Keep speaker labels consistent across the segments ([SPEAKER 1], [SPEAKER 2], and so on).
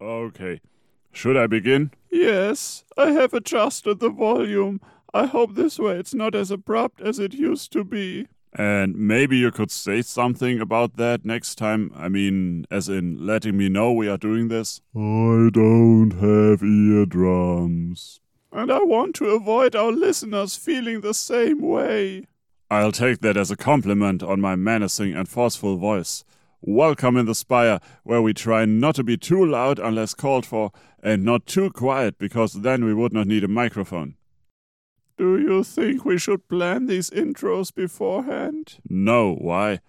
[SPEAKER 1] Okay. Should I begin?
[SPEAKER 2] Yes, I have adjusted the volume. I hope this way it's not as abrupt as it used to be.
[SPEAKER 1] And maybe you could say something about that next time. I mean, as in letting me know we are doing this.
[SPEAKER 3] I don't have eardrums.
[SPEAKER 2] And I want to avoid our listeners feeling the same way.
[SPEAKER 1] I'll take that as a compliment on my menacing and forceful voice. Welcome in the Spire, where we try not to be too loud unless called for, and not too quiet, because then we would not need a microphone.
[SPEAKER 2] Do you think we should plan these intros beforehand?
[SPEAKER 1] No, why?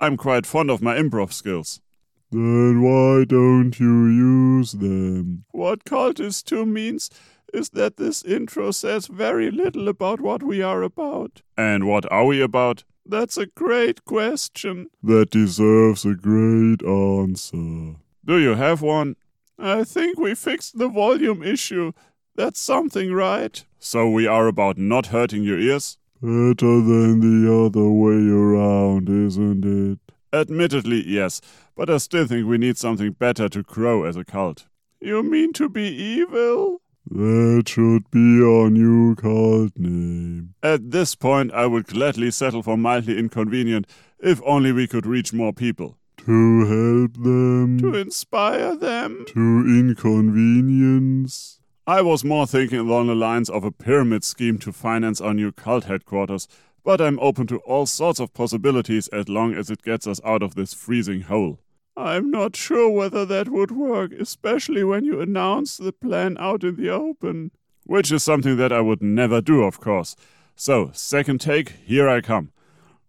[SPEAKER 1] I'm quite fond of my improv skills.
[SPEAKER 3] Then why don't you use them?
[SPEAKER 2] What Cultist 2 means is that this intro says very little about what we are about.
[SPEAKER 1] And what are we about?
[SPEAKER 2] That's a great question.
[SPEAKER 3] That deserves a great answer.
[SPEAKER 1] Do you have one?
[SPEAKER 2] I think we fixed the volume issue. That's something, right?
[SPEAKER 1] So we are about not hurting your ears?
[SPEAKER 3] Better than the other way around, isn't it?
[SPEAKER 1] Admittedly, yes, but I still think we need something better to grow as a cult.
[SPEAKER 2] You mean to be evil?
[SPEAKER 3] That should be our new cult name.
[SPEAKER 1] At this point, I would gladly settle for mildly inconvenient if only we could reach more people.
[SPEAKER 3] To help them.
[SPEAKER 2] To inspire them.
[SPEAKER 3] To inconvenience.
[SPEAKER 1] I was more thinking along the lines of a pyramid scheme to finance our new cult headquarters, but I'm open to all sorts of possibilities as long as it gets us out of this freezing hole.
[SPEAKER 2] I'm not sure whether that would work, especially when you announce the plan out in the open.
[SPEAKER 1] Which is something that I would never do, of course. So, second take, here I come.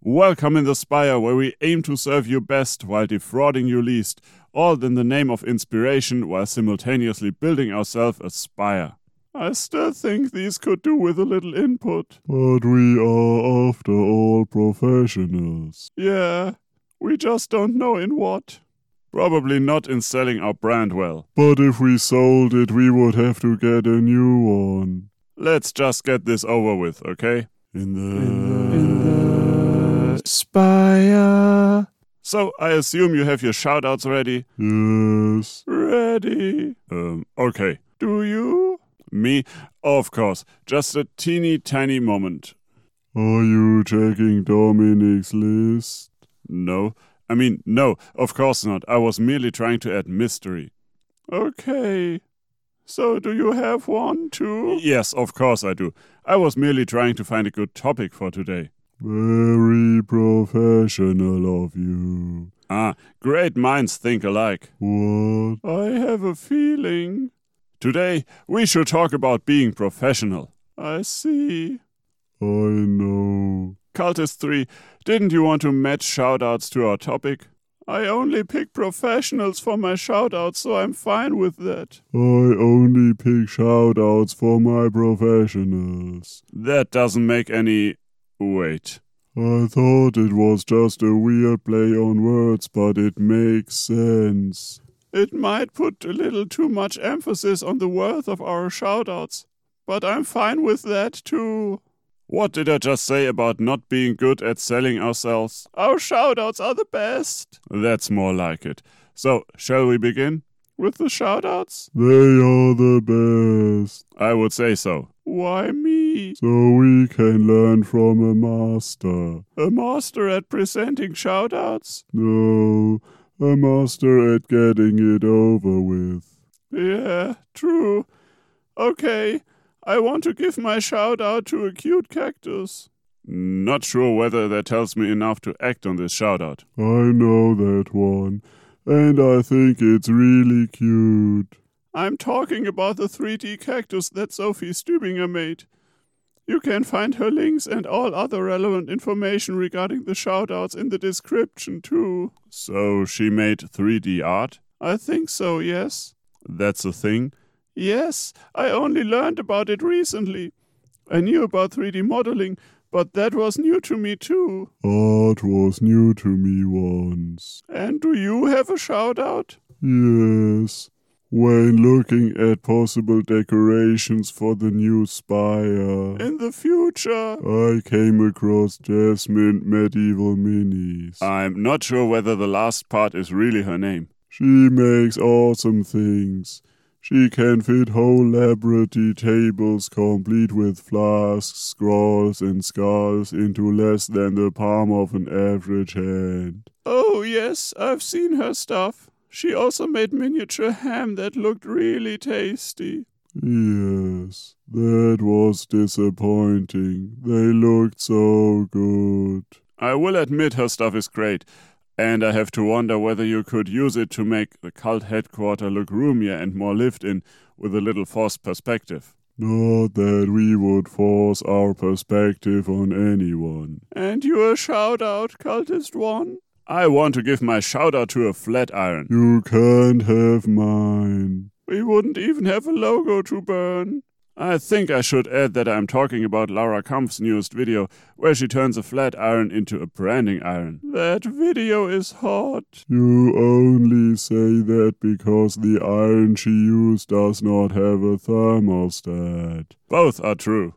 [SPEAKER 1] Welcome in the Spire, where we aim to serve you best while defrauding you least, all in the name of inspiration while simultaneously building ourselves a spire.
[SPEAKER 2] I still think these could do with a little input.
[SPEAKER 3] But we are, after all, professionals.
[SPEAKER 2] Yeah, we just don't know in what.
[SPEAKER 1] Probably not in selling our brand well.
[SPEAKER 3] But if we sold it, we would have to get a new one.
[SPEAKER 1] Let's just get this over with, okay?
[SPEAKER 3] In the,
[SPEAKER 2] in the spire.
[SPEAKER 1] So I assume you have your shoutouts ready?
[SPEAKER 3] Yes.
[SPEAKER 2] Ready.
[SPEAKER 1] Um, okay.
[SPEAKER 2] Do you?
[SPEAKER 1] Me? Of course. Just a teeny tiny moment.
[SPEAKER 3] Are you checking Dominic's list?
[SPEAKER 1] No. I mean, no, of course not. I was merely trying to add mystery.
[SPEAKER 2] Okay. So do you have one too?
[SPEAKER 1] Yes, of course I do. I was merely trying to find a good topic for today.
[SPEAKER 3] Very professional of you.
[SPEAKER 1] Ah, great minds think alike.
[SPEAKER 3] What?
[SPEAKER 2] I have a feeling.
[SPEAKER 1] Today, we should talk about being professional.
[SPEAKER 2] I see.
[SPEAKER 3] I know.
[SPEAKER 1] Cultist 3, didn't you want to match shoutouts to our topic?
[SPEAKER 2] I only pick professionals for my shoutouts, so I'm fine with that.
[SPEAKER 3] I only pick shoutouts for my professionals.
[SPEAKER 1] That doesn't make any Wait.
[SPEAKER 3] I thought it was just a weird play on words, but it makes sense.
[SPEAKER 2] It might put a little too much emphasis on the worth of our shoutouts, but I'm fine with that too.
[SPEAKER 1] What did I just say about not being good at selling ourselves?
[SPEAKER 2] Our Oh, shoutouts are the best.
[SPEAKER 1] That's more like it. So, shall we begin?
[SPEAKER 2] With the shoutouts?
[SPEAKER 3] They are the best.
[SPEAKER 1] I would say so.
[SPEAKER 2] Why me?
[SPEAKER 3] So we can learn from a master.
[SPEAKER 2] A master at presenting shoutouts?
[SPEAKER 3] No, a master at getting it over with.
[SPEAKER 2] Yeah, true. Okay, I want to give my shoutout to a cute cactus.
[SPEAKER 1] Not sure whether that tells me enough to act on this shoutout.
[SPEAKER 3] I know that one, and I think it's really cute.
[SPEAKER 2] I'm talking about the 3D cactus that Sophie Stübinger made. You can find her links and all other relevant information regarding the shoutouts in the description too.
[SPEAKER 1] So she made 3D art?
[SPEAKER 2] I think so, yes.
[SPEAKER 1] That's a thing?
[SPEAKER 2] Yes, I only learned about it recently. I knew about 3D modeling, but that was new to me too.
[SPEAKER 3] Art was new to me once.
[SPEAKER 2] And do you have a shoutout?
[SPEAKER 3] Yes when looking at possible decorations for the new spire.
[SPEAKER 2] In the future,
[SPEAKER 3] I came across Jasmine Medieval Minis.
[SPEAKER 1] I'm not sure whether the last part is really her name.
[SPEAKER 3] She makes awesome things.
[SPEAKER 4] She can fit whole laboratory tables complete with flasks, scrolls, and skulls into less than the palm of an average hand.
[SPEAKER 5] Oh, yes, I've seen her stuff. She also made miniature ham that looked really tasty.
[SPEAKER 4] Yes, that was disappointing. They looked so good.
[SPEAKER 2] I will admit her stuff is great, and I have to wonder whether you could use it to make the cult headquarters look roomier and more lived in with a little forced perspective.
[SPEAKER 4] Not that we would force our perspective on anyone.
[SPEAKER 5] And you a shout out, cultist one?
[SPEAKER 2] I want to give my shout out to a flat iron.
[SPEAKER 4] You can't have mine.
[SPEAKER 5] We wouldn't even have a logo to burn.
[SPEAKER 2] I think I should add that I'm talking about Laura Kampf's newest video, where she turns a flat iron into a branding iron.
[SPEAKER 5] That video is hot.
[SPEAKER 4] You only say that because the iron she used does not have a thermostat.
[SPEAKER 2] Both are true.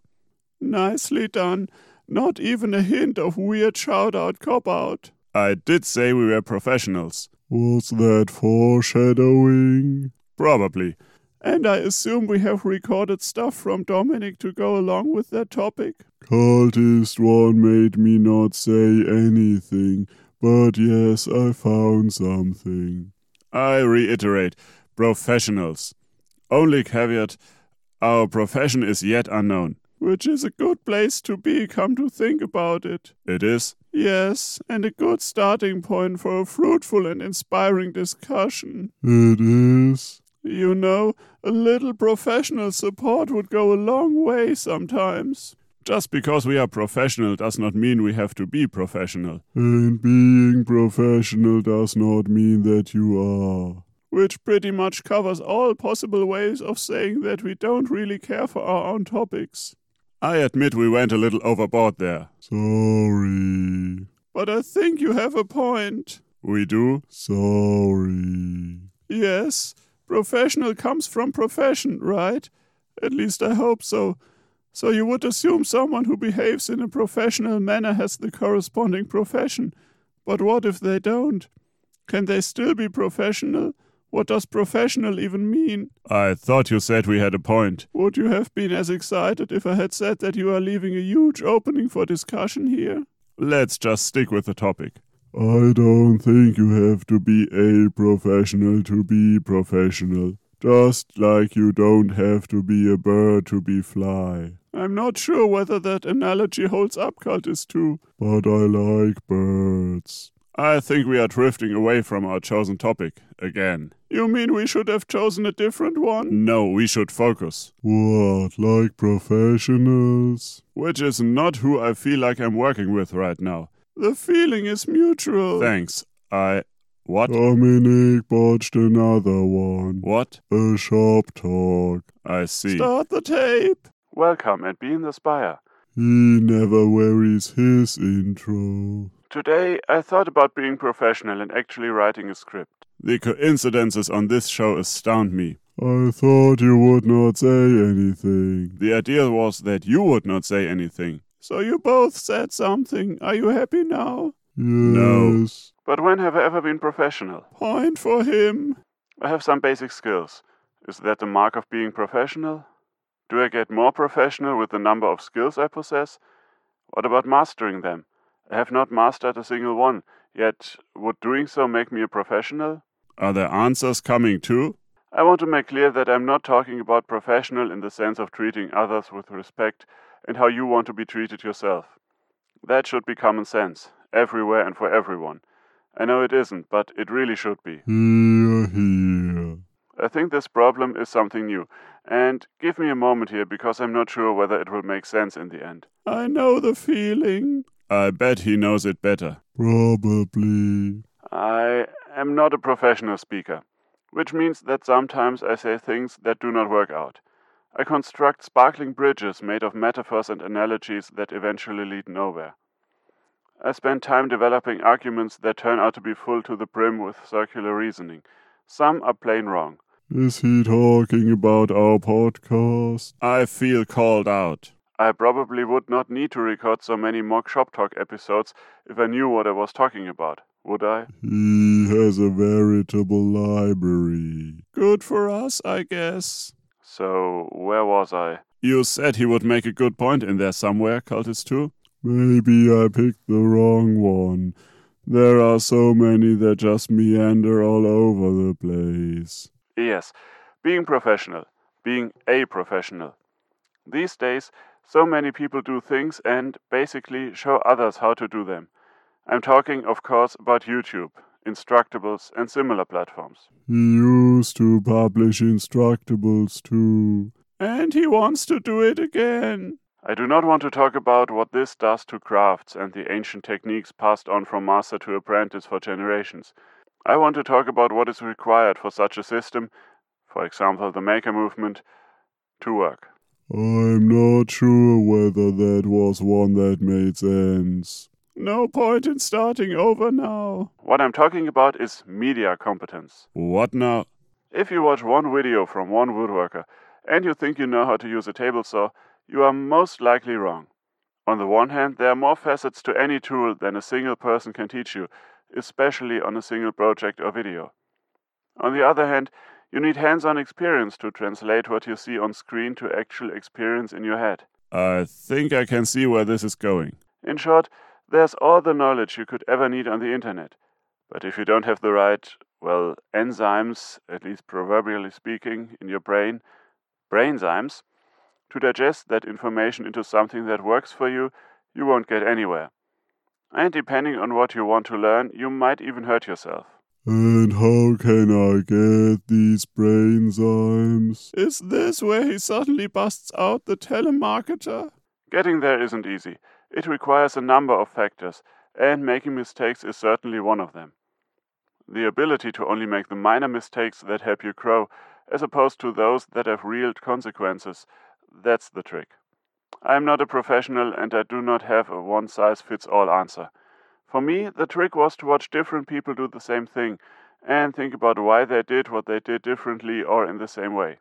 [SPEAKER 5] Nicely done. Not even a hint of weird shout out cop out.
[SPEAKER 2] I did say we were professionals.
[SPEAKER 4] Was that foreshadowing?
[SPEAKER 2] Probably.
[SPEAKER 5] And I assume we have recorded stuff from Dominic to go along with that topic.
[SPEAKER 4] Cultist one made me not say anything, but yes, I found something.
[SPEAKER 2] I reiterate professionals. Only caveat our profession is yet unknown.
[SPEAKER 5] Which is a good place to be, come to think about it.
[SPEAKER 2] It is?
[SPEAKER 5] Yes, and a good starting point for a fruitful and inspiring discussion.
[SPEAKER 4] It is.
[SPEAKER 5] You know, a little professional support would go a long way sometimes.
[SPEAKER 2] Just because we are professional does not mean we have to be professional.
[SPEAKER 4] And being professional does not mean that you are.
[SPEAKER 5] Which pretty much covers all possible ways of saying that we don't really care for our own topics.
[SPEAKER 2] I admit we went a little overboard there.
[SPEAKER 4] Sorry.
[SPEAKER 5] But I think you have a point.
[SPEAKER 2] We do?
[SPEAKER 4] Sorry.
[SPEAKER 5] Yes. Professional comes from profession, right? At least I hope so. So you would assume someone who behaves in a professional manner has the corresponding profession. But what if they don't? Can they still be professional? What does professional even mean?
[SPEAKER 2] I thought you said we had a point.
[SPEAKER 5] Would you have been as excited if I had said that you are leaving a huge opening for discussion here?
[SPEAKER 2] Let's just stick with the topic.
[SPEAKER 4] I don't think you have to be a professional to be professional. Just like you don't have to be a bird to be fly.
[SPEAKER 5] I'm not sure whether that analogy holds up, cultist too.
[SPEAKER 4] But I like birds.
[SPEAKER 2] I think we are drifting away from our chosen topic again.
[SPEAKER 5] You mean we should have chosen a different one?
[SPEAKER 2] No, we should focus.
[SPEAKER 4] What, like professionals?
[SPEAKER 2] Which is not who I feel like I'm working with right now.
[SPEAKER 5] The feeling is mutual.
[SPEAKER 2] Thanks. I. What?
[SPEAKER 4] Dominic botched another one.
[SPEAKER 2] What?
[SPEAKER 4] A shop talk.
[SPEAKER 2] I see.
[SPEAKER 5] Start the tape.
[SPEAKER 2] Welcome and be in the spire.
[SPEAKER 4] He never wearies his intro.
[SPEAKER 2] Today I thought about being professional and actually writing a script. The coincidences on this show astound me.
[SPEAKER 4] I thought you would not say anything.
[SPEAKER 2] The idea was that you would not say anything.
[SPEAKER 5] So you both said something. Are you happy now?
[SPEAKER 4] Yes.
[SPEAKER 2] No. But when have I ever been professional?
[SPEAKER 5] Point for him.
[SPEAKER 2] I have some basic skills. Is that the mark of being professional? Do I get more professional with the number of skills I possess? What about mastering them? I have not mastered a single one, yet would doing so make me a professional? Are there answers coming too? I want to make clear that I'm not talking about professional in the sense of treating others with respect and how you want to be treated yourself. That should be common sense, everywhere and for everyone. I know it isn't, but it really should be.
[SPEAKER 4] Hear, hear.
[SPEAKER 2] I think this problem is something new, and give me a moment here because I'm not sure whether it will make sense in the end.
[SPEAKER 5] I know the feeling.
[SPEAKER 2] I bet he knows it better.
[SPEAKER 4] Probably.
[SPEAKER 2] I am not a professional speaker, which means that sometimes I say things that do not work out. I construct sparkling bridges made of metaphors and analogies that eventually lead nowhere. I spend time developing arguments that turn out to be full to the brim with circular reasoning. Some are plain wrong.
[SPEAKER 4] Is he talking about our podcast?
[SPEAKER 2] I feel called out. I probably would not need to record so many mock shop talk episodes if I knew what I was talking about, would I?
[SPEAKER 3] He has a veritable library.
[SPEAKER 2] Good for us, I guess. So, where was I?
[SPEAKER 1] You said he would make a good point in there somewhere, Cultist 2.
[SPEAKER 3] Maybe I picked the wrong one. There are so many that just meander all over the place.
[SPEAKER 2] Yes, being professional, being a professional. These days, so many people do things and basically show others how to do them. I'm talking, of course, about YouTube, Instructables, and similar platforms.
[SPEAKER 3] He used to publish Instructables too.
[SPEAKER 2] And he wants to do it again. I do not want to talk about what this does to crafts and the ancient techniques passed on from master to apprentice for generations. I want to talk about what is required for such a system, for example, the maker movement, to work.
[SPEAKER 3] I'm not sure whether that was one that made sense.
[SPEAKER 2] No point in starting over now. What I'm talking about is media competence.
[SPEAKER 1] What now?
[SPEAKER 2] If you watch one video from one woodworker and you think you know how to use a table saw, you are most likely wrong. On the one hand, there are more facets to any tool than a single person can teach you, especially on a single project or video. On the other hand, you need hands on experience to translate what you see on screen to actual experience in your head.
[SPEAKER 1] I think I can see where this is going.
[SPEAKER 2] In short, there's all the knowledge you could ever need on the internet. But if you don't have the right, well, enzymes, at least proverbially speaking, in your brain, brainzymes, to digest that information into something that works for you, you won't get anywhere. And depending on what you want to learn, you might even hurt yourself.
[SPEAKER 3] And how can I get these brainzymes?
[SPEAKER 2] Is this where he suddenly busts out the telemarketer? Getting there isn't easy. It requires a number of factors, and making mistakes is certainly one of them. The ability to only make the minor mistakes that help you grow, as opposed to those that have real consequences, that's the trick. I am not a professional and I do not have a one size fits all answer. For me, the trick was to watch different people do the same thing and think about why they did what they did differently or in the same way.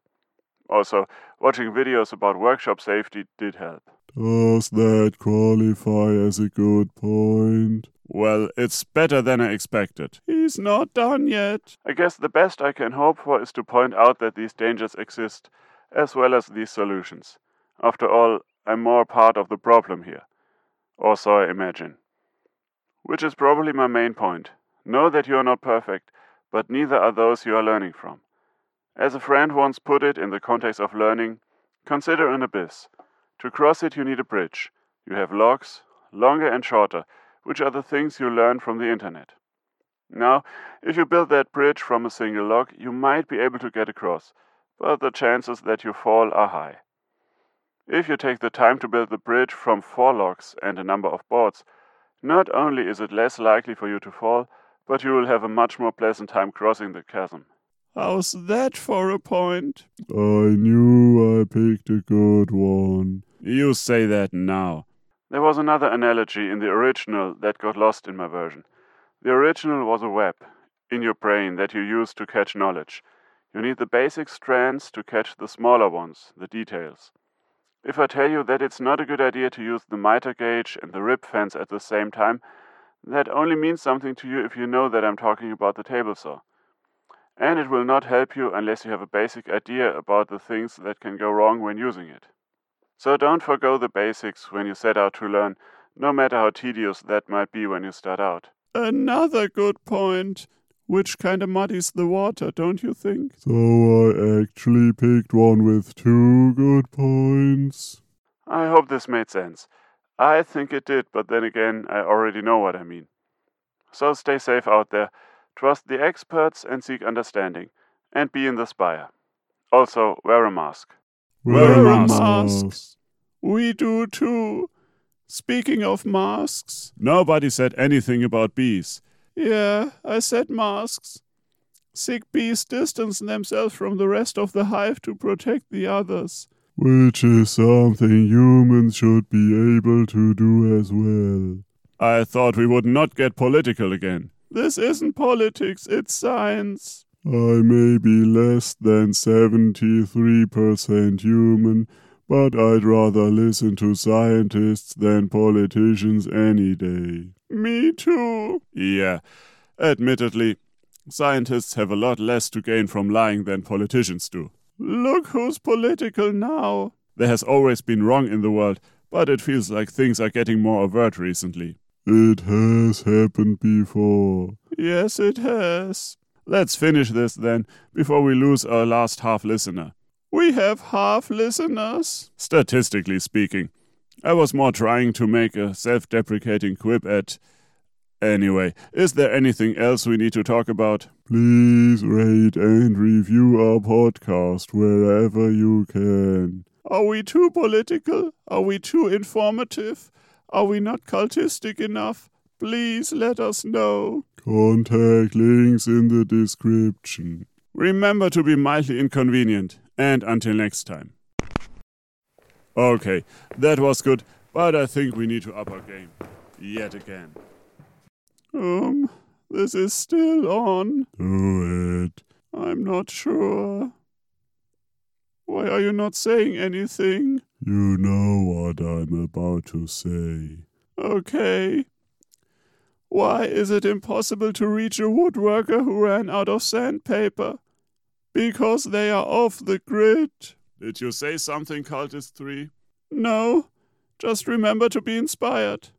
[SPEAKER 2] Also, watching videos about workshop safety did help.
[SPEAKER 3] Does that qualify as a good point?
[SPEAKER 1] Well, it's better than I expected.
[SPEAKER 2] He's not done yet. I guess the best I can hope for is to point out that these dangers exist, as well as these solutions. After all, I'm more part of the problem here. Or so I imagine. Which is probably my main point. Know that you are not perfect, but neither are those you are learning from. As a friend once put it in the context of learning, consider an abyss. To cross it, you need a bridge. You have logs, longer and shorter, which are the things you learn from the internet. Now, if you build that bridge from a single log, you might be able to get across, but the chances that you fall are high. If you take the time to build the bridge from four logs and a number of boards, not only is it less likely for you to fall, but you will have a much more pleasant time crossing the chasm. How's that for a point?
[SPEAKER 3] I knew I picked a good one.
[SPEAKER 1] You say that now.
[SPEAKER 2] There was another analogy in the original that got lost in my version. The original was a web, in your brain, that you use to catch knowledge. You need the basic strands to catch the smaller ones, the details. If I tell you that it's not a good idea to use the mitre gauge and the rib fence at the same time, that only means something to you if you know that I'm talking about the table saw. And it will not help you unless you have a basic idea about the things that can go wrong when using it. So don't forego the basics when you set out to learn, no matter how tedious that might be when you start out.
[SPEAKER 1] Another good point, which kind of muddies the water, don't you think?
[SPEAKER 3] So I actually picked one with two good points.
[SPEAKER 2] I hope this made sense. I think it did, but then again, I already know what I mean. So stay safe out there, trust the experts and seek understanding, and be in the spire. Also, wear a mask.
[SPEAKER 1] Wear, Wear a mask. mask.
[SPEAKER 2] We do too. Speaking of masks.
[SPEAKER 1] Nobody said anything about bees.
[SPEAKER 2] Yeah, I said masks. Sick bees distance themselves from the rest of the hive to protect the others.
[SPEAKER 3] Which is something humans should be able to do as well.
[SPEAKER 1] I thought we would not get political again.
[SPEAKER 2] This isn't politics, it's science.
[SPEAKER 3] I may be less than 73% human, but I'd rather listen to scientists than politicians any day.
[SPEAKER 2] Me too.
[SPEAKER 1] Yeah. Admittedly, scientists have a lot less to gain from lying than politicians do.
[SPEAKER 2] Look who's political now.
[SPEAKER 1] There has always been wrong in the world, but it feels like things are getting more overt recently.
[SPEAKER 3] It has happened before.
[SPEAKER 2] Yes, it has.
[SPEAKER 1] Let's finish this then, before we lose our last half listener.
[SPEAKER 2] We have half listeners.
[SPEAKER 1] Statistically speaking, I was more trying to make a self deprecating quip at. Anyway, is there anything else we need to talk about?
[SPEAKER 3] Please rate and review our podcast wherever you can.
[SPEAKER 2] Are we too political? Are we too informative? Are we not cultistic enough? Please let us know.
[SPEAKER 3] Contact links in the description.
[SPEAKER 1] Remember to be mildly inconvenient, and until next time. Okay, that was good, but I think we need to up our game. Yet again.
[SPEAKER 2] Um, this is still on.
[SPEAKER 3] Do it.
[SPEAKER 2] I'm not sure. Why are you not saying anything?
[SPEAKER 3] You know what I'm about to say.
[SPEAKER 2] Okay. Why is it impossible to reach a woodworker who ran out of sandpaper? Because they are off the grid.
[SPEAKER 1] Did you say something, Cultist 3?
[SPEAKER 2] No. Just remember to be inspired.